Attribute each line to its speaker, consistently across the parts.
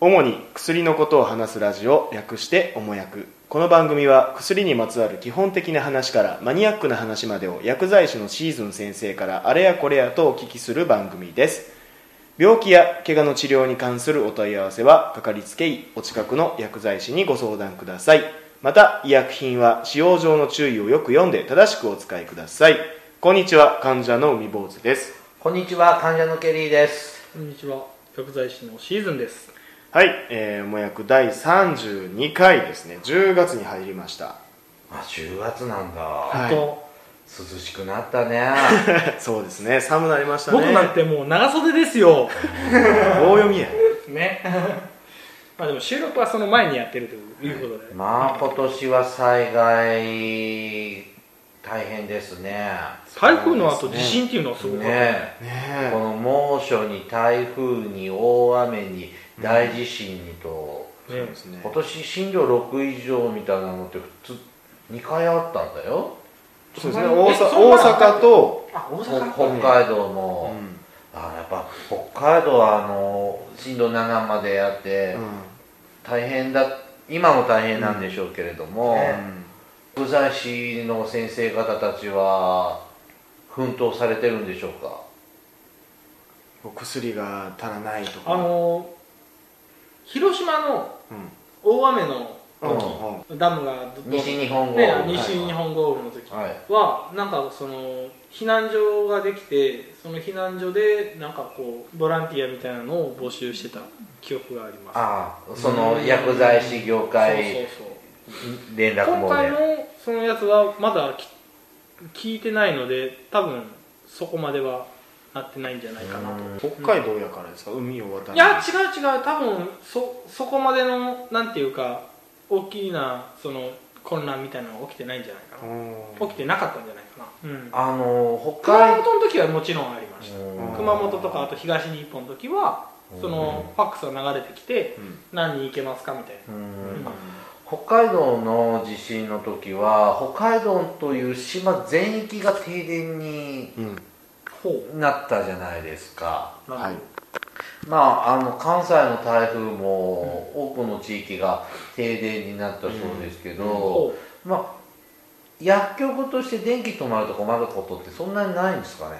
Speaker 1: 主に薬のことを話すラジオ略しておもやくこの番組は薬にまつわる基本的な話からマニアックな話までを薬剤師のシーズン先生からあれやこれやとお聞きする番組です病気や怪我の治療に関するお問い合わせはかかりつけ医お近くの薬剤師にご相談くださいまた医薬品は使用上の注意をよく読んで正しくお使いくださいこんにちは患者の海坊主です
Speaker 2: こんにちは、患者のケリーです。
Speaker 3: こんにちは薬剤師のシーズンです
Speaker 1: はい、えー、もやく第32回ですね10月に入りました
Speaker 2: あ、10月なんだ。
Speaker 1: はい
Speaker 3: と
Speaker 2: 涼しくなった ね。
Speaker 1: そうですね寒なりましたね
Speaker 3: 僕なんてもう長袖ですよ
Speaker 1: 大読みや
Speaker 3: ね まあでも収録はその前にやってるということで、
Speaker 2: まあ、今年は災害、大変ですね。
Speaker 3: 台風の後、
Speaker 1: そうですね
Speaker 3: 地震っていうのはすごかった、
Speaker 2: ねこ
Speaker 1: ね
Speaker 2: の猛暑に台風に大雨に大地震にと、
Speaker 1: えそうですね
Speaker 2: 今年震度6以上みたいなのって普通2回あったんだよ。
Speaker 1: そうですね
Speaker 3: そんな
Speaker 1: 大
Speaker 3: えそんな
Speaker 1: 阪大阪と、
Speaker 3: あ大
Speaker 2: 北
Speaker 3: 阪
Speaker 2: 北海道
Speaker 1: う
Speaker 2: も、
Speaker 1: ん
Speaker 2: あやっぱ北海道はあの震度7までやって、大変だ今も大変なんでしょうけれども、薬剤師の先生方たちは奮闘されてるんでしょうか
Speaker 1: お薬が足らないとか
Speaker 3: あのー広島の
Speaker 1: うん
Speaker 3: 大雨の
Speaker 1: うん
Speaker 3: ダムがど
Speaker 2: 西日本豪雨、
Speaker 3: ね、西日本豪雨の時
Speaker 2: はい
Speaker 3: はなんかその避難所ができてその避難所でなんかこうボランティアみたいなのを募集してた記憶があります
Speaker 2: ああその薬剤師業
Speaker 3: そう
Speaker 2: 界
Speaker 3: そうそう
Speaker 2: 連絡
Speaker 3: 今
Speaker 2: も
Speaker 3: 回
Speaker 2: ね
Speaker 3: のそのやつはまだき聞いてないので多分そこまではなってないんじゃないかなと
Speaker 2: うん
Speaker 1: うん北海道やからですか海を渡る
Speaker 3: いや違う違う多分そそこまでのなんていうか大きなその混乱みたいなのが起きてないんじゃないか
Speaker 1: うん
Speaker 3: な起きてなかったんじゃないかな、うん、
Speaker 2: あの北
Speaker 3: 熊
Speaker 2: 海
Speaker 3: 本の時はもちろんありました
Speaker 2: うん
Speaker 3: 熊本とかあと東日本の時はそのファックスが流れてきて
Speaker 1: うん
Speaker 3: 何人行けますかみたいな
Speaker 2: うん
Speaker 3: うん
Speaker 2: 北海道の地震の時は北海道という島全域が停電に
Speaker 1: うん
Speaker 3: ほ
Speaker 2: なったじゃないですか
Speaker 3: う
Speaker 1: はい
Speaker 2: まあ、あの関西の台風も、多くの地域が停電になったそうですけど、
Speaker 3: ほう
Speaker 2: まあ、薬局として電気止まると困ることってそんなにないんですかね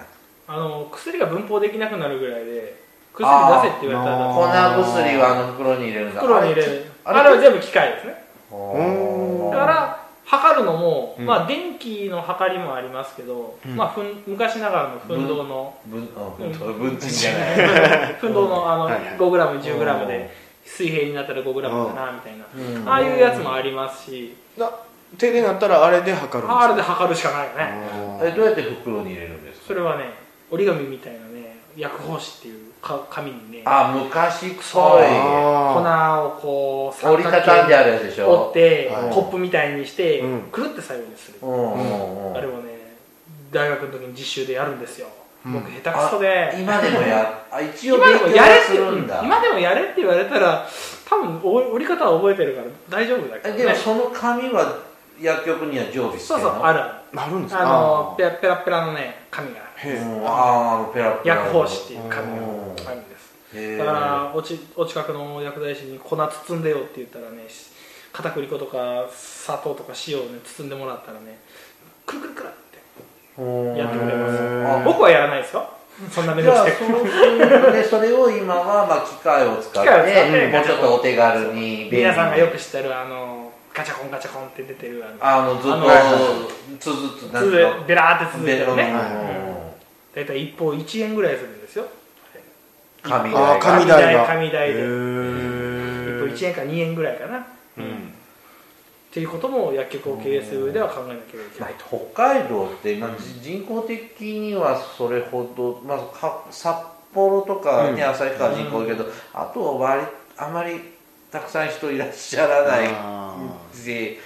Speaker 3: あの薬が分配できなくなるぐらいで薬出せって言われた
Speaker 1: あ
Speaker 3: ら
Speaker 2: 粉薬はあの袋に入れるんだ
Speaker 3: 袋に入れる
Speaker 2: あ
Speaker 3: あ
Speaker 2: れ
Speaker 3: れは全部機械ですね
Speaker 1: うん
Speaker 3: だから測るのも、
Speaker 1: うん
Speaker 3: まあ電気の測りもありますけど、
Speaker 1: うん
Speaker 3: まあふん昔ながらの分動の、
Speaker 2: 分
Speaker 3: うん
Speaker 2: 分分賃じゃない
Speaker 3: 分動のあの
Speaker 1: はいはい
Speaker 3: 5g10g で水平になったら 5g だなみたいな、
Speaker 2: うん
Speaker 3: ああいうやつもありますし、
Speaker 1: だ停電になったらあれで測るんですか
Speaker 3: R で測るしかないよね、
Speaker 1: あ
Speaker 2: え
Speaker 1: ー
Speaker 2: どうやって袋に入れるんですか
Speaker 3: それはね折り紙みたいなね薬包紙っていうか紙にね
Speaker 2: あ昔く
Speaker 3: あ
Speaker 2: そ
Speaker 3: 粉
Speaker 1: あ
Speaker 3: をこう
Speaker 2: い折りたたんであるやつでし
Speaker 3: 折
Speaker 2: ょ
Speaker 3: って、
Speaker 1: はい
Speaker 3: コップみたいにして、
Speaker 1: うん
Speaker 3: くるって最後にする、
Speaker 2: うんうんうん
Speaker 3: あれもね大学の時に実習でやるんですよ、
Speaker 1: うん
Speaker 3: 僕下手くそで
Speaker 2: 今でもやあ一応
Speaker 3: 今
Speaker 2: 勉強
Speaker 3: でも
Speaker 2: は
Speaker 3: やれっ
Speaker 2: す
Speaker 3: て
Speaker 2: るんだ
Speaker 3: 今でもやれって言われたら多分お折り方は覚えてるから大丈夫だけ
Speaker 2: え
Speaker 3: ど
Speaker 2: でも
Speaker 3: ね
Speaker 2: その紙は薬局には常備して
Speaker 3: そ
Speaker 2: る
Speaker 3: う
Speaker 2: の
Speaker 3: そうあるあ
Speaker 1: あるんで
Speaker 3: る
Speaker 1: すか
Speaker 3: あのペ
Speaker 1: ー
Speaker 3: ラペラペラのね紙がある
Speaker 1: へえ
Speaker 2: うんああペラペラ
Speaker 3: 薬包紙っていう紙が
Speaker 2: うん
Speaker 3: あるんです
Speaker 2: へえ
Speaker 3: だからおちお近くの薬剤師に粉包んでよって言ったらねし片栗粉とか砂糖とか塩をね包んでもらったらねくるくるくるって
Speaker 2: うん
Speaker 3: やってくれます
Speaker 2: あ
Speaker 3: 僕はやらないですよそんな目
Speaker 2: じ
Speaker 3: 倒
Speaker 2: ゃあ
Speaker 3: して
Speaker 2: そういうでそれを今はまあ機械を使っ
Speaker 3: 機械を使って
Speaker 2: てもうちょっとお手軽に便利に
Speaker 3: 皆さんがよく知ってるあのガチャコンガチャコンって出てるあの
Speaker 2: あのずっ
Speaker 3: あ
Speaker 2: と
Speaker 3: の
Speaker 2: つづつなん
Speaker 3: つ
Speaker 2: ていうの
Speaker 3: づベラーって続い
Speaker 2: ベ
Speaker 3: て
Speaker 2: ロの
Speaker 3: るね
Speaker 2: うん
Speaker 3: 大体一方1円ぐらいするんですよ
Speaker 1: あー
Speaker 2: 紙代が
Speaker 1: 紙代が
Speaker 3: 紙代で
Speaker 1: へ
Speaker 3: 一
Speaker 1: ー
Speaker 3: 方1円か2円ぐらいかな、
Speaker 1: う
Speaker 3: っ
Speaker 1: ん
Speaker 3: ていうことも薬局を経営する上では考えなければいけないと
Speaker 2: 北海道って、まあ、人口的にはそれほど、まあ、か札幌とかね
Speaker 1: うん
Speaker 2: 旭、川人口多いけど、あとは割あまりたくさん人いらっしゃらない
Speaker 1: あ
Speaker 2: し、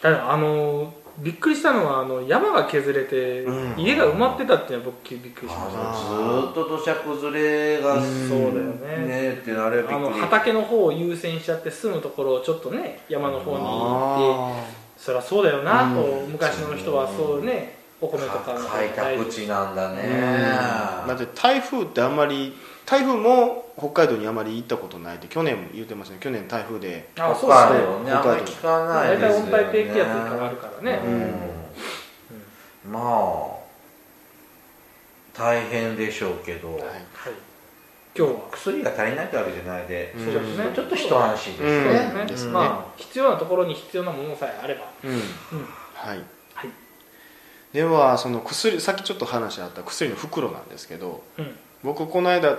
Speaker 3: ただあのーびっくりしたのはあの山が削れて、
Speaker 1: うん
Speaker 3: 家が埋まってたっていうのは僕びっくりしました
Speaker 1: あ
Speaker 2: あのずっと土砂崩れ
Speaker 1: う
Speaker 2: が、
Speaker 1: ん
Speaker 3: そうだよね
Speaker 2: ねってあれはび
Speaker 3: あの
Speaker 2: っくり
Speaker 3: 畑の方を優先しちゃって住むところをちょっとね山の方に行っ
Speaker 1: あ
Speaker 3: てそりゃそうだよなと、
Speaker 1: うん
Speaker 3: 昔の人はそうねお米とかの方が
Speaker 2: 開拓地なんだね、
Speaker 1: だって台風ってあんまり台風も北海道にあまり行ったことないって去年も言ってましたね去年台風で
Speaker 3: あそう
Speaker 2: 北海
Speaker 3: で
Speaker 2: 道ね
Speaker 1: 北
Speaker 2: あ
Speaker 1: 海道
Speaker 2: んまり聞か
Speaker 3: まあ
Speaker 2: ない
Speaker 3: 大
Speaker 2: です
Speaker 3: 体
Speaker 2: よ
Speaker 3: 温
Speaker 2: ね
Speaker 3: 帯低気圧とかがあるからね
Speaker 2: うんまあ大変でしょうけど、
Speaker 1: す、はい
Speaker 3: すね、今日は
Speaker 2: 薬が足りないってわけじゃないで、
Speaker 1: うん
Speaker 3: そうですね
Speaker 2: ちょっと一安心です
Speaker 1: うん
Speaker 2: ね,、
Speaker 3: ね
Speaker 1: ですね
Speaker 3: まあ、必要なところに必要なものさえあれば、
Speaker 1: うん
Speaker 3: うん
Speaker 1: はい
Speaker 3: はい
Speaker 1: ではその薬さっきちょっと話あった薬の袋なんですけど
Speaker 3: うん
Speaker 1: 僕この間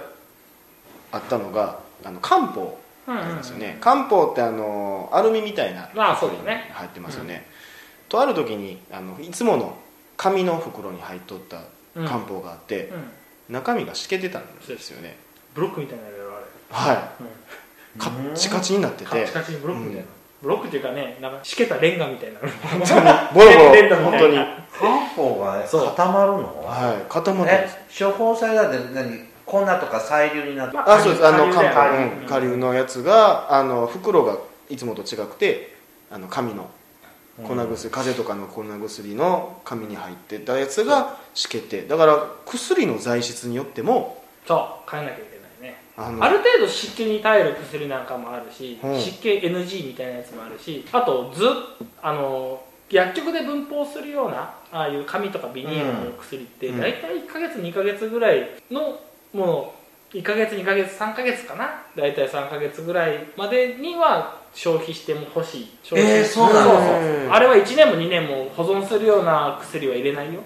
Speaker 1: あったのがあの漢方
Speaker 3: うん
Speaker 1: ありますよね、漢方ってあのアルミみたいな
Speaker 3: ああそうだね
Speaker 1: 入ってますよねとある時にあのいつもの紙の袋に入っとった
Speaker 3: うん
Speaker 1: 漢方があって、
Speaker 3: うん、
Speaker 1: 中身がしけてたんですよね
Speaker 3: ブロックみたいなのやろあれ、
Speaker 1: は
Speaker 3: うん
Speaker 1: いカッチカチになって
Speaker 3: カ
Speaker 1: て
Speaker 3: チカチにブロックみたいな、ブロックっていうかねなんかしけたレンガみたいな本当
Speaker 1: ボロボロ
Speaker 3: レンガみ
Speaker 1: 本
Speaker 3: た
Speaker 1: 当
Speaker 3: い
Speaker 1: に、
Speaker 3: な
Speaker 2: 漢方がね
Speaker 3: そう
Speaker 2: 固まるの、
Speaker 1: はい、固まってま
Speaker 2: え
Speaker 1: す
Speaker 2: 処方されたって何粉とか細粒になって
Speaker 3: ま
Speaker 1: あそうですあの
Speaker 3: 下流
Speaker 1: 漢
Speaker 3: だよ
Speaker 1: 方
Speaker 3: ね
Speaker 1: うん下流のやつがあの袋がいつもと違くてあの紙の粉
Speaker 2: うん
Speaker 1: 薬、風邪とかの粉薬の紙に入ってたやつがしけてだから薬の材質によっても
Speaker 3: そう変えなきゃいけないね
Speaker 1: あの
Speaker 3: ある程度湿気に耐える薬なんかもあるし、
Speaker 1: うん
Speaker 3: 湿気 NG みたいなやつもあるしあとずっあの薬局で分包するようなああいう紙とかビニールの薬って
Speaker 1: うん
Speaker 3: 大体1ヶ月2ヶ月ぐらいのもの1ヶ月2ヶ月3ヶ月かな大体3ヶ月ぐらいまでには消費しても欲しい消費
Speaker 2: えーそう
Speaker 1: なの
Speaker 3: そうあれは1年も2年も保存するような薬は入れないよ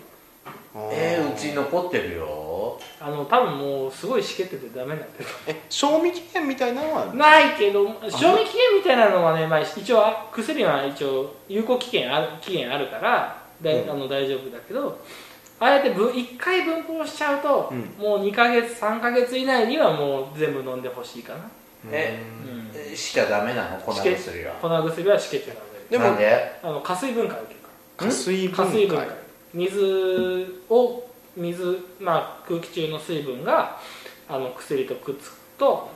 Speaker 2: えー、うち
Speaker 1: の
Speaker 2: 残ってるよ
Speaker 3: あの多分もうすごいしけててダメなんだよ
Speaker 1: え賞味期限みたいなのはある
Speaker 3: ないけど賞味期限みたいなのはね、まあ、一応あ薬は一応有効期限ある期限あるからだい、
Speaker 1: うん
Speaker 3: あの大丈夫だけどああやって分1回分包しちゃうと、
Speaker 1: う
Speaker 3: もう2ヶ月3ヶ月以内にはもう全部飲んでほしいかな、
Speaker 2: え
Speaker 3: うん
Speaker 2: えしちゃダメなの粉
Speaker 3: しけ
Speaker 2: 薬は
Speaker 3: 粉薬はしけちゃダ
Speaker 1: で
Speaker 3: メ
Speaker 1: も
Speaker 2: なんで
Speaker 3: あの加水分解を受けるか
Speaker 1: 加水
Speaker 3: ら
Speaker 1: 分
Speaker 3: 加
Speaker 1: 解
Speaker 3: 水分解水を水、まあ、空気中の水分があの薬とくっつくと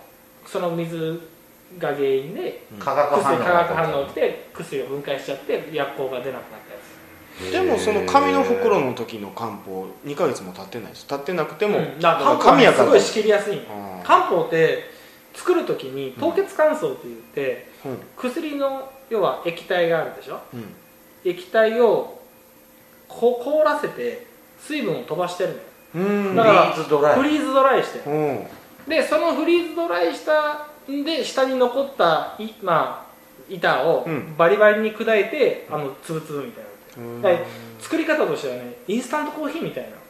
Speaker 3: その水が原因で
Speaker 2: 化学反応
Speaker 3: 薬化学反応って薬を分解しちゃって薬効が出なくなったや
Speaker 1: でもその紙の袋の時の漢方2ヶ月も経ってないです経ってなくて
Speaker 3: つ
Speaker 1: も、
Speaker 3: うんだから漢
Speaker 1: 紙
Speaker 3: 方
Speaker 1: や
Speaker 3: は
Speaker 1: か
Speaker 3: す
Speaker 1: ら
Speaker 3: ごい仕切りやすいの
Speaker 1: あー
Speaker 3: 漢方って作る時に凍結乾燥って言って、
Speaker 1: うん
Speaker 3: 薬の要は液体があるでしょ
Speaker 1: うん
Speaker 3: 液体をこ凍らせて水分を飛ばしてるのよ
Speaker 1: うん
Speaker 2: フ
Speaker 3: だ
Speaker 2: リ
Speaker 3: から
Speaker 2: ーズドライ
Speaker 3: フリーズドライしてる
Speaker 1: うん
Speaker 3: でそのフリーズドライしたんで下に残ったい、まあ、板を
Speaker 1: うん
Speaker 3: バリバリに砕いて、あのつぶつぶみたいな
Speaker 1: うん
Speaker 3: はい作り方としてはねインスタントコーヒーみたいな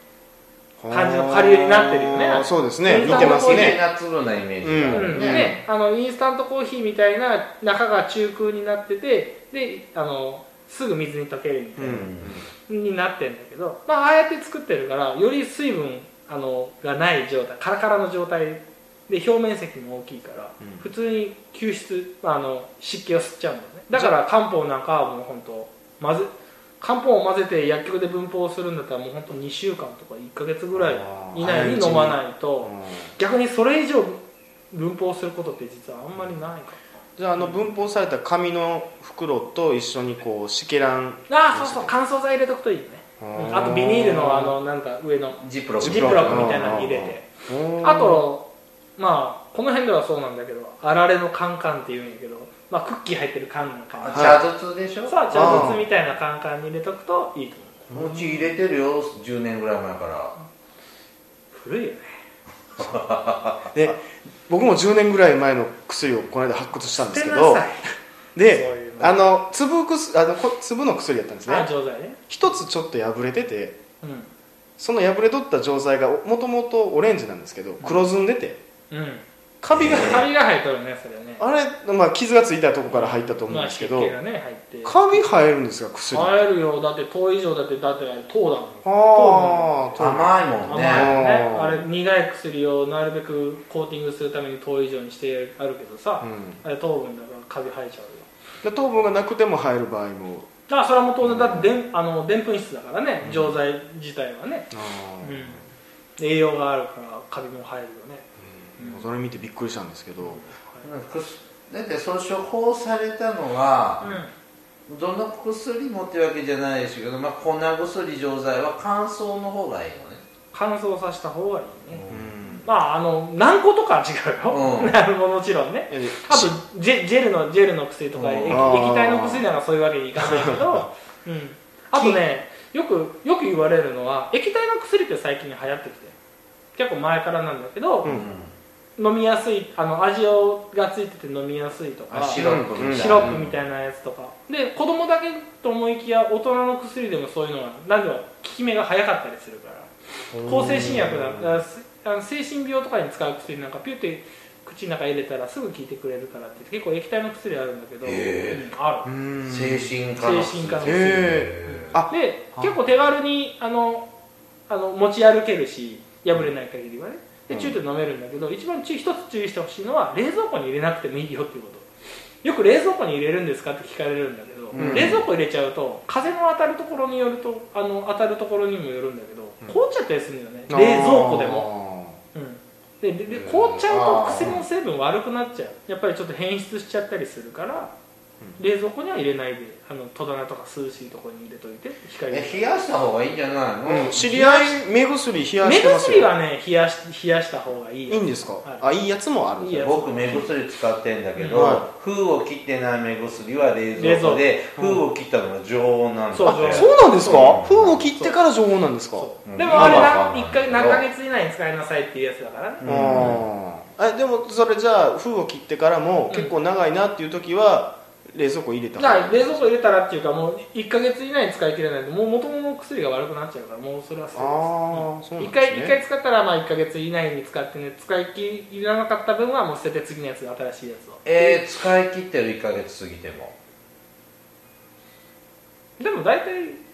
Speaker 3: 感じの下流になってるよね
Speaker 1: あーそうですね
Speaker 3: 水
Speaker 1: 似
Speaker 3: 分
Speaker 1: てます
Speaker 2: 綺麗
Speaker 1: ね
Speaker 2: な粒なイメージがあ
Speaker 3: うん
Speaker 2: る
Speaker 3: で、
Speaker 2: ね、
Speaker 3: あのインスタントコーヒーみたいな中が中空になっててであのすぐ水に溶けるみたいな、になってんだけど、まあ、ああやって作ってるからより水分あのがない状態カラカラの状態で表面積も大きいから、
Speaker 1: うん
Speaker 3: 普通に吸湿あの湿気を吸っちゃうんだよねだから漢方なんかはもう本当混ぜ漢方を混ぜて薬局で分包するんだったらもう本当2週間とか1ヶ月ぐらい以内に飲まないと。
Speaker 1: うん
Speaker 3: 逆にそれ以上文法することって実はあんまりないか
Speaker 1: じゃああの分包された紙の袋と一緒にこうしけらん
Speaker 3: なああそうそう乾燥剤入れとくといいよねうんあとビニールのあのなんか上の
Speaker 2: ジップロッ
Speaker 1: ジ
Speaker 2: ク
Speaker 3: ジップロックみたいなのに入れてあとまあこの辺ではそうなんだけどあられのカンカンっていうんやけど、まあ、クッキー入ってる缶なんか
Speaker 2: あ
Speaker 1: い
Speaker 2: チャーズ2でしょ
Speaker 3: さあじゃあ筒みたいなカンカンに入れとくといいと思う
Speaker 2: うち入れてるよ10年ぐらい前から
Speaker 3: 古いよね
Speaker 1: で僕も10年ぐらい前の薬をこの間発掘したんです
Speaker 3: 捨て
Speaker 1: け
Speaker 3: な
Speaker 1: ど
Speaker 3: さいそう
Speaker 1: で
Speaker 3: いうの
Speaker 1: あの粒薬あのこ粒の薬やったんです
Speaker 3: あ
Speaker 1: ね
Speaker 3: 錠剤ね
Speaker 1: 一つちょっと破れてて
Speaker 3: う
Speaker 1: その破れとった錠剤がもともとオレンジなんですけど黒ずんでて
Speaker 3: んうん
Speaker 1: カビが
Speaker 3: カビが入っとるねそれね
Speaker 1: あれ、まあ、傷がついたとこから入ったと思うんですけど、
Speaker 3: まあ、湿気がね入って
Speaker 1: カビ生えるんですか薬あ
Speaker 3: 入るよだって糖以上だってだって糖だもん
Speaker 1: あー
Speaker 2: 甘いも
Speaker 3: 甘
Speaker 2: ん
Speaker 3: い
Speaker 2: ね
Speaker 3: ね
Speaker 1: うん
Speaker 3: あれ苦い薬をなるべくコーティングするために糖以上にしてあるけどさ、
Speaker 1: うん
Speaker 3: あれ糖分だからカビ生えちゃうよ
Speaker 1: で糖分がなくても生える場合も
Speaker 3: だからそれはもう当然だってでんあのでんぷん質だからね錠剤自体はね、
Speaker 1: あ
Speaker 3: う
Speaker 1: ー
Speaker 3: ん栄養があるからカビも生えるよね
Speaker 1: うんそれ見てびっくりしたんですけど、
Speaker 2: うん薬だってその処方されたのが、
Speaker 3: う
Speaker 2: どの薬もってわけじゃないですけど、まあ、粉薬錠剤は乾燥の方がいいのね
Speaker 3: ん乾燥させた方がいいね
Speaker 1: うん
Speaker 3: まああの軟膏とかは違うよ、
Speaker 2: うん
Speaker 3: なるほ どもちろんね
Speaker 1: いや
Speaker 3: あとジェジェルのジェルの薬とか、
Speaker 2: うん
Speaker 3: 液
Speaker 1: あー
Speaker 3: 液体の薬なんかそういうわけにいかないけど、うん、あとねよくよく言われるのは液体の薬って最近流行ってきて結構前からなんだけど、
Speaker 1: う
Speaker 2: うんん
Speaker 3: 飲みやすいあの味をがついてて飲みやすいと
Speaker 2: あ
Speaker 3: か
Speaker 2: シロップみたいな
Speaker 3: シロップみたいなやつとか、で子供だけと思いきや大人の薬でもそういうのは何でも効き目が早かったりするから抗精神薬なんかすあの精神病とかに使う薬なんかピュって口の中入れたらすぐ効いてくれるからって結構液体の薬あるんだけど、
Speaker 2: へ
Speaker 3: うんある
Speaker 1: うん
Speaker 2: 精神科の
Speaker 3: 精神科の
Speaker 1: へえあ
Speaker 3: で
Speaker 1: あ
Speaker 3: 結構手軽にあのあの持ち歩けるし破れない限りはねで
Speaker 2: うん
Speaker 3: チューって飲めるんだけど、一番注意一つ注意してほしいのは冷蔵庫に入れなくてもいいよっていうことよく冷蔵庫に入れるんですかって聞かれるんだけど、
Speaker 2: うん
Speaker 3: 冷蔵庫入れちゃうと風の当たるところによるとあの当たるところにもよるんだけど凍っちゃったりするんだよね、
Speaker 1: あー
Speaker 3: 冷蔵庫でも、うんででで
Speaker 2: うん
Speaker 3: 凍っちゃうと薬の成分悪くなっちゃうやっぱりちょっと変質しちゃったりするから、冷蔵庫には入れないであの戸棚とか涼しいところに入れといて光で
Speaker 2: え冷やした方がいいんじゃないの、
Speaker 1: うん知り合い目薬冷や
Speaker 3: 目
Speaker 1: してますよ
Speaker 3: 薬はね冷やし冷やした方がいい
Speaker 1: いいんですか、
Speaker 3: はい
Speaker 1: あいいやつもあるんですね
Speaker 3: いいやつ
Speaker 2: 僕目薬使ってんだけど、
Speaker 1: は
Speaker 2: 封を切ってない目薬は冷蔵庫で
Speaker 1: 冷蔵庫
Speaker 2: 封を切ったのが常温なんだ
Speaker 3: そう
Speaker 2: って
Speaker 3: 常温
Speaker 1: そうなんです
Speaker 2: そ
Speaker 1: か
Speaker 2: う
Speaker 1: 封を切ってから常温なんですか
Speaker 3: そう
Speaker 2: うん
Speaker 3: でもあれ
Speaker 2: まあまあま
Speaker 3: な
Speaker 2: あ
Speaker 3: 一回何ヶ月以内に使いなさいっていうやつだからね
Speaker 1: あ
Speaker 2: う
Speaker 1: ーえでもそれじゃあ封を切ってからも
Speaker 3: うん
Speaker 1: 結構長いなっていう時は冷蔵庫入れた
Speaker 3: だ
Speaker 1: 方
Speaker 3: か
Speaker 1: が
Speaker 3: ら冷蔵庫入れたらっていうかもう1ヶ月以内に使い切れないともう元の薬が悪くなっちゃうからもうそれは捨てる
Speaker 1: ああそうなんで
Speaker 3: 一
Speaker 1: す
Speaker 3: 回一
Speaker 1: ね
Speaker 3: 回使ったらまあ1ヶ月以内に使ってね使い切らなかった分はもう捨てて次のやつ新しいやつを
Speaker 2: えー使い切ってる1ヶ月過ぎても
Speaker 3: でも大体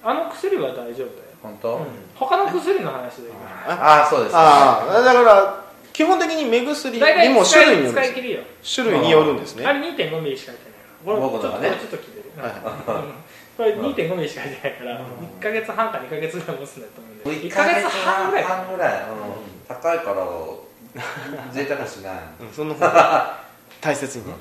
Speaker 3: あの薬は大丈夫
Speaker 2: 本
Speaker 3: だ
Speaker 2: 当、
Speaker 3: よ、うん、他の薬の話で
Speaker 2: ああそうですね
Speaker 1: ああだから基本的に目薬
Speaker 3: 今大
Speaker 1: にも
Speaker 3: 体
Speaker 1: 種
Speaker 3: 使
Speaker 1: 類に
Speaker 3: い
Speaker 1: よ
Speaker 3: 使い
Speaker 1: る
Speaker 3: 切りよ
Speaker 1: 種類によるんですね
Speaker 3: あれ2.5ミリしか入ってないからこれ
Speaker 2: 僕
Speaker 3: ち
Speaker 2: の
Speaker 3: ょっ
Speaker 2: は
Speaker 3: とこれ
Speaker 2: ね
Speaker 3: ちょっと切れる、
Speaker 1: はいは
Speaker 3: うんこれ2.5ミリしか入ってないから1ヶ月半か2ヶ月ぐらい持つんだと思うん
Speaker 2: 1
Speaker 3: で1ヶ
Speaker 2: ヶ
Speaker 3: 月
Speaker 2: 月
Speaker 3: 半
Speaker 2: 半
Speaker 3: ぐ
Speaker 2: ぐ
Speaker 3: ら
Speaker 2: らい
Speaker 3: いか
Speaker 2: うん高いから贅沢しない
Speaker 1: うんその方が大切にね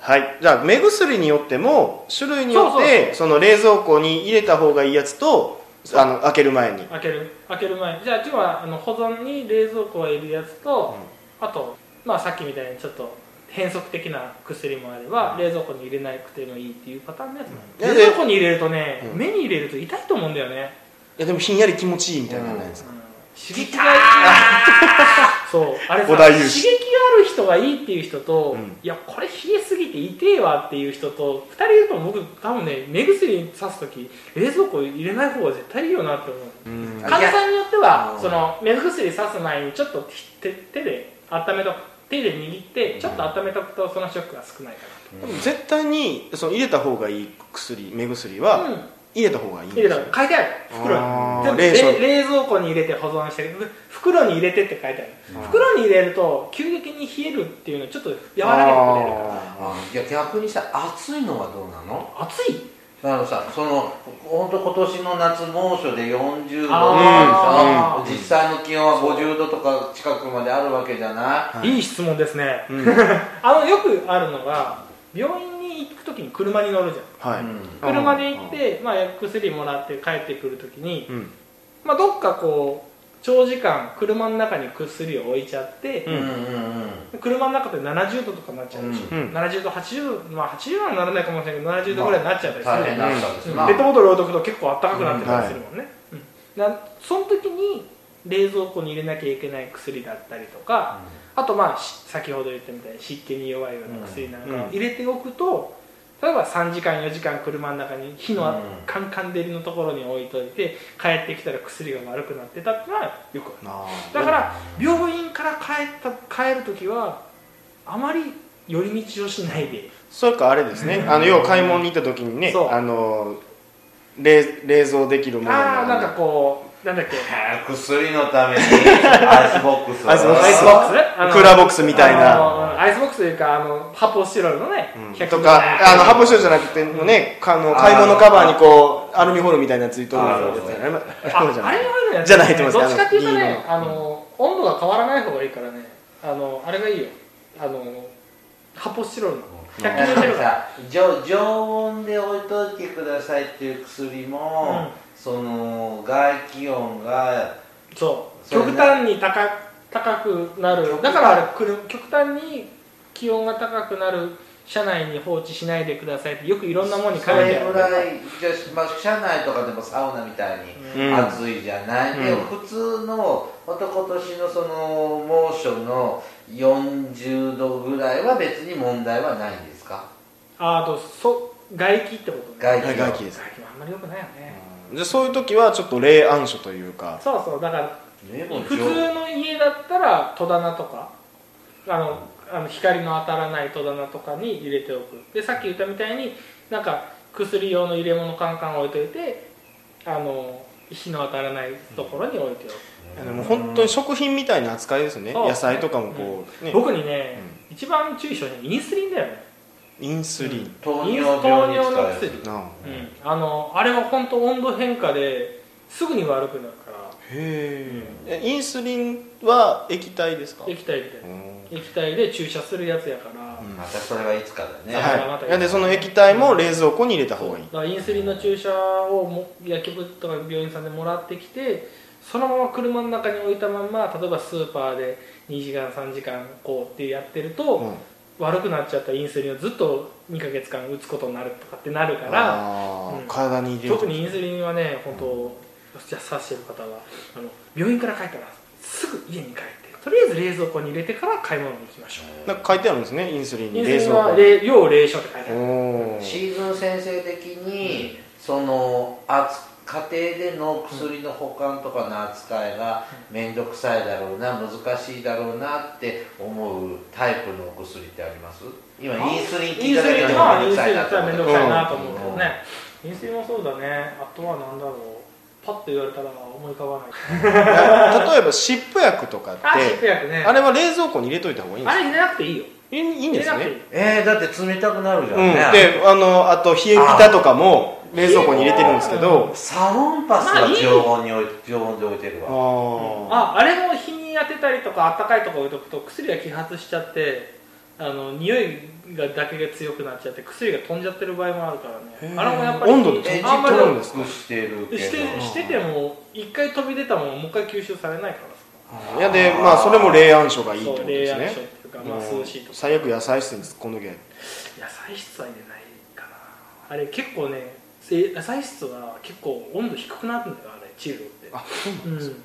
Speaker 1: はいじゃあ目薬によっても種類によって
Speaker 3: そう
Speaker 1: その冷蔵庫に入れた方がいいやつとあの開ける前に
Speaker 3: 開ける開ける前じゃあ今日はあの保存に冷蔵庫を入れるやつと、あとまあさっきみたいにちょっと変則的な薬もあれば、冷蔵庫に入れなくてもいいっていうパターンのやつもある、
Speaker 1: うん
Speaker 3: 冷蔵庫に入れるとね、
Speaker 1: うん
Speaker 3: 目に入れると痛いと思うんだよね、
Speaker 1: いやでもひんやり気持ちいいみたいなのないですか
Speaker 3: うん刺激があるそうあれさ
Speaker 1: 小田
Speaker 3: 刺
Speaker 1: 裕二
Speaker 3: 激がある人がいいっていう人と、
Speaker 1: うん
Speaker 3: いやこれ冷えすぎて痛えわっていう人と2人いると僕多分ね目薬に刺す時冷蔵庫入れない方が絶対いいよなって思う
Speaker 1: うん
Speaker 3: 患者さんによっては
Speaker 2: うん
Speaker 3: その目薬さす前にちょっと手手で温めとく手で握ってちょっと温めとくとそのショックが少ないか
Speaker 1: でも絶対にその入れた方がいい薬目薬
Speaker 3: な、
Speaker 1: は
Speaker 3: うん、
Speaker 1: 入れた方がいいんで
Speaker 3: 入れ
Speaker 1: す
Speaker 3: た
Speaker 1: よ
Speaker 3: ら書いてある
Speaker 1: あー
Speaker 3: 袋に
Speaker 1: 冷蔵
Speaker 3: で冷蔵庫に入れて保存して袋に入れてって書いてある
Speaker 1: うん
Speaker 3: 袋に入れると急激に冷えるっていうのをちょっと和らげてくれるか
Speaker 2: あーいや逆にさ暑いのはどうなの
Speaker 3: ら暑い
Speaker 2: だからさその本当今年の夏猛暑で40度で
Speaker 3: あ
Speaker 2: さ
Speaker 3: ー
Speaker 2: 実際の気温は50度とか近くまであるわけじゃない
Speaker 1: はい
Speaker 3: いい質問ですね、
Speaker 1: うん
Speaker 3: あのよくあるのが病院に行く時に車に乗るじゃん
Speaker 1: はい
Speaker 2: うん
Speaker 3: 車で行って、まあ、薬もらって帰ってくる時に、
Speaker 1: うん
Speaker 3: まあ、どっかこう長時間車の中に薬を置いちゃって、
Speaker 1: う
Speaker 2: うんんうんうん
Speaker 3: 車の中で70度とかになっちゃうでしょ、
Speaker 1: うんうん
Speaker 3: 70度80度まあ80度はならないかもしれないけど70度ぐらいになっちゃったりする
Speaker 2: 大
Speaker 3: じゃ
Speaker 2: 変
Speaker 3: ん
Speaker 2: な暑さですな、
Speaker 3: ペットボトル置いとくと結構あったかくなってたりするもんね、うんなその時に冷蔵庫に入れなきゃいけない薬だったりとか、あとまあし先ほど言ったみたいに湿気に弱いような薬なんかを入れておくと、例えば3時間4時間車の中に火の、
Speaker 2: うん
Speaker 3: カンカン照りのところに置いといて帰ってきたら薬が悪くなってたってのはよくある
Speaker 1: なあ
Speaker 3: だから病院から帰った帰る時はあまり寄り道をしないで
Speaker 1: それかあれですねあの要は買い物に行った時にね
Speaker 3: そう
Speaker 1: あの冷冷蔵できるもの
Speaker 3: ああなんか
Speaker 1: の
Speaker 3: こうなんだっけ
Speaker 2: へー薬のためにアイスボックスを
Speaker 1: アイスボックス
Speaker 3: アイスボックスあの
Speaker 1: クーラーボックスみたい
Speaker 3: あ
Speaker 1: な
Speaker 3: のアイスボックスというかあの発泡スチロールのね、
Speaker 1: うん
Speaker 3: 100
Speaker 1: とかあの発泡酒じゃなくてねかあの買い物カバーにこうアルミホイルみたいなやついとるやつじゃない
Speaker 3: あ
Speaker 1: あ
Speaker 3: あれはね
Speaker 1: じゃないと思い
Speaker 3: ど
Speaker 1: ま
Speaker 3: っ
Speaker 1: す
Speaker 3: ちかっていう
Speaker 1: あ
Speaker 3: と
Speaker 1: のいい
Speaker 3: ね
Speaker 1: もの
Speaker 3: あの温度が変わらない方がいいからねあのあれがいいよあの発泡スチロールの100均で売ってるから
Speaker 2: さ常常温で置いといてくださいっていう薬も、その外気温が
Speaker 3: そう
Speaker 2: そう
Speaker 3: 極
Speaker 2: ね
Speaker 3: 端に高高くなるだからあれくる極端に気温が高くなる車内に放置しないでくださいってよくいろんなものに
Speaker 2: そ
Speaker 3: 書いてあ
Speaker 2: れ
Speaker 3: る
Speaker 2: ぐらいじゃあ、まあ、車内とかでもサウナみたいに
Speaker 1: うん
Speaker 2: 暑いじゃない、
Speaker 1: うん
Speaker 2: でも普通のまた今年のその猛暑の40度ぐらいは別に問題はないんですか
Speaker 3: ああとそ外気ってことね
Speaker 2: 外気
Speaker 1: はい
Speaker 2: は
Speaker 1: 外気です
Speaker 3: 外気はあんまり良くないよね、
Speaker 1: じゃあそういう時はちょっと冷暗所というか
Speaker 3: そうそうだから
Speaker 2: ねもう
Speaker 3: 普通の家だったら戸棚とかあのあの光の当たらない戸棚とかに入れておくでさっき言ったみたいになんか薬用の入れ物カンカン置いといてあの日の当たらないところに置いて
Speaker 1: あのもう本当に食品みたいな扱いですね
Speaker 3: そう
Speaker 1: 野菜とかもこう、
Speaker 3: お
Speaker 1: ね
Speaker 3: く、僕にね、一番注意してほしいのはインスリンだよね
Speaker 1: インスリン、
Speaker 2: 糖
Speaker 3: イン
Speaker 2: 尿
Speaker 3: ス
Speaker 2: 病
Speaker 3: 糖
Speaker 2: に
Speaker 3: 尿の
Speaker 2: 使え
Speaker 3: 薬
Speaker 2: る、
Speaker 1: なあ
Speaker 3: うん、あのあれは本当温度変化ですぐに悪くなるから
Speaker 1: へえインスリンは液体ですか
Speaker 3: 液体みたいな
Speaker 1: うん
Speaker 3: 液体で注射するやつやから、
Speaker 2: またそれはいつかだね、
Speaker 3: はい
Speaker 1: はい、なんでその液体も冷蔵庫に入れた方がいい
Speaker 3: だからインスリンの注射をも薬局とか病院さんでもらってきてそのまま車の中に置いたまんま例えばスーパーで2時間3時間こうってやってると、
Speaker 1: うん
Speaker 3: 悪くなっちゃったインスリンをずっと2ヶ月間打つことになるとかってなるから
Speaker 1: あー
Speaker 3: うん
Speaker 1: 体に入れる
Speaker 3: 特にインスリンはね本当、じゃあ刺してる方はあの病院から帰ったらすぐ家に帰ってとりあえず冷蔵庫に入れてから買い物に行きましょ
Speaker 1: なんか書いてあるんですねインスリン
Speaker 3: う
Speaker 1: に
Speaker 3: インス
Speaker 1: 冷
Speaker 3: リン
Speaker 1: 蔵
Speaker 3: は
Speaker 1: 庫
Speaker 3: 冷要冷所って書いてある
Speaker 1: おー
Speaker 2: シーズン先生的に、その扱家庭での薬の保管とかの扱いが面倒くさいだろうな難しいだろうなって思うタイプのお薬ってあります今インスリンって
Speaker 3: イ
Speaker 2: い
Speaker 3: ン
Speaker 2: た
Speaker 3: ス
Speaker 2: だ
Speaker 3: リ
Speaker 2: け
Speaker 3: ン
Speaker 2: た
Speaker 3: は
Speaker 2: ら
Speaker 3: イン
Speaker 2: 面
Speaker 3: ス
Speaker 2: 倒くさ
Speaker 3: リ
Speaker 2: い
Speaker 3: ンだ
Speaker 2: なと思う
Speaker 3: ったら面倒くさいなと思うけどね、インスリンもそうだねあとは何だろうパッと言われたら思い浮かばない
Speaker 1: 例えば湿布薬とかって
Speaker 3: あ湿布薬ね
Speaker 1: あ
Speaker 3: あれ
Speaker 1: れは冷蔵庫に入れといた方がいいんですか
Speaker 3: 入れなくていいよ
Speaker 1: いいいいん
Speaker 3: 入
Speaker 1: で
Speaker 3: れ
Speaker 1: す
Speaker 3: なくていい
Speaker 1: ね
Speaker 2: えー、だって冷たくなるじゃん
Speaker 1: うん、で
Speaker 2: ね、
Speaker 1: あのあと冷えピタとかも冷蔵庫に入れてるんですけど
Speaker 2: サロンパス
Speaker 3: まあ
Speaker 2: はい
Speaker 3: い
Speaker 2: 常温に置い常温で置いてる
Speaker 1: あ
Speaker 2: わ
Speaker 1: ー
Speaker 3: ああれも日に当てたりとかあったかいとこ置いとくと薬が揮発しちゃってあの匂いがだけが強くなっちゃって薬が飛んじゃってる場合もあるから
Speaker 1: へ
Speaker 3: ね
Speaker 1: ー
Speaker 3: あれもやっぱり
Speaker 1: 温度で
Speaker 2: え
Speaker 1: え
Speaker 2: ち
Speaker 3: あん
Speaker 2: っ
Speaker 3: ま
Speaker 2: と
Speaker 1: 取
Speaker 3: り
Speaker 1: るん
Speaker 2: ろ
Speaker 1: ですか
Speaker 2: してるけど
Speaker 3: してしてても一回飛び出たものもう一回吸収されないからさ
Speaker 1: いやでまあそれも冷暗所がいいってこ
Speaker 3: そ
Speaker 1: と
Speaker 3: う
Speaker 1: で
Speaker 3: 冷
Speaker 1: す
Speaker 3: 暗所っ
Speaker 1: ね
Speaker 3: ていうか、まあ、涼しいと
Speaker 1: うん
Speaker 3: か
Speaker 1: 最悪野菜室に突っ込んどきゃ
Speaker 3: 野菜室は入れないかなあれ結構ねえ野菜室は結構温度低くなるんだよあれチルドって
Speaker 1: あそう
Speaker 3: うんだか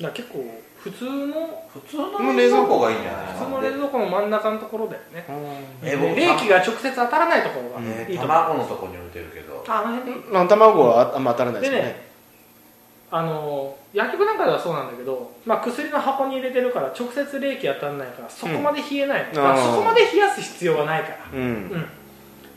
Speaker 3: ら結構普通の
Speaker 2: 普通の冷蔵庫がいいんじゃない
Speaker 3: 普通の冷蔵庫の真ん中のところだよね
Speaker 1: な
Speaker 2: え
Speaker 3: で
Speaker 2: 僕
Speaker 3: 冷気が直接当たらないところが
Speaker 1: うん
Speaker 2: え
Speaker 3: いい
Speaker 2: ー
Speaker 3: と思う、
Speaker 2: 卵のとこに置いてるけど
Speaker 3: ああの辺でいい
Speaker 1: ん卵はあんま当たらないです
Speaker 3: で
Speaker 1: よ
Speaker 3: ね
Speaker 1: ね
Speaker 3: あの薬局なんかではそうなんだけど、まあ、薬の箱に入れてるから直接冷気当たらないからそこまで冷えない、
Speaker 1: うん
Speaker 3: だからそこまで冷やす必要はないから
Speaker 1: うん
Speaker 3: うん、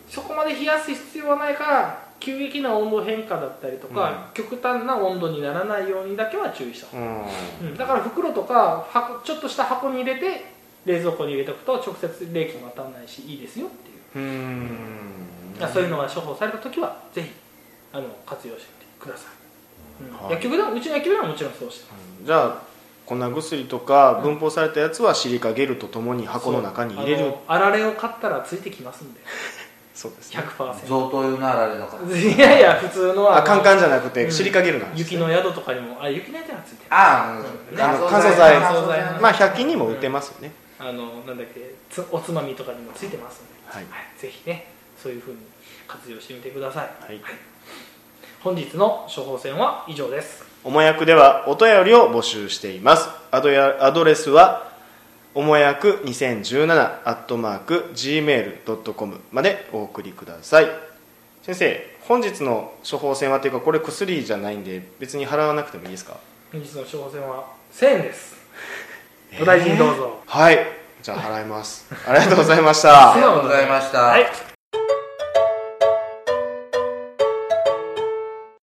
Speaker 3: そこまで冷やす必要はないから急激な温度変化だったりとか、極端な温度にならないようにだけは注意した、
Speaker 1: うん
Speaker 3: うん、だから袋とか箱ちょっとした箱に入れて冷蔵庫に入れておくと直接冷気も当たらないしいいですよっていう、
Speaker 1: うん
Speaker 3: だからそういうのが処方された時はぜひあの活用してみてください、うん
Speaker 1: はい
Speaker 3: 薬局でもうちの薬局でももちろんそうして
Speaker 1: じゃあ粉薬とか分包されたやつはシリカゲルとともに箱の中に入れ
Speaker 3: そう
Speaker 1: る
Speaker 3: あのあられを買ったらついてきますんで
Speaker 1: そうですね
Speaker 3: 100%
Speaker 2: 贈答用のあられのか
Speaker 3: いやいや普通のあ
Speaker 1: あ
Speaker 3: の
Speaker 1: カンカンじゃなく
Speaker 3: う
Speaker 1: て
Speaker 3: ん
Speaker 1: シリカゲルなんです
Speaker 3: 雪
Speaker 1: ね
Speaker 3: の宿とかにもあ雪の宿はついてる
Speaker 2: あ
Speaker 1: うん
Speaker 2: あ
Speaker 1: 乾燥剤
Speaker 2: 乾燥剤
Speaker 3: の
Speaker 1: まあ100均にも売ってますよね
Speaker 3: あのなんだっけつおつまみとかにもついてますので、
Speaker 1: はい
Speaker 3: ぜひねそういうふうに活用してみてください、
Speaker 1: はい
Speaker 3: 本日の処方箋は以上です
Speaker 1: おもやくではお便りを募集していますアドやアドレスはおもやく2017アットマーク gmail.com までお送りください先生本日の処方箋はというかこれ薬じゃないんで別に払わなくてもいいですか
Speaker 3: 本日の処方箋は1000円ですご大事にどうぞ、
Speaker 1: はいじゃあ払いますありがとうございました
Speaker 2: ありがとうございました、
Speaker 3: はい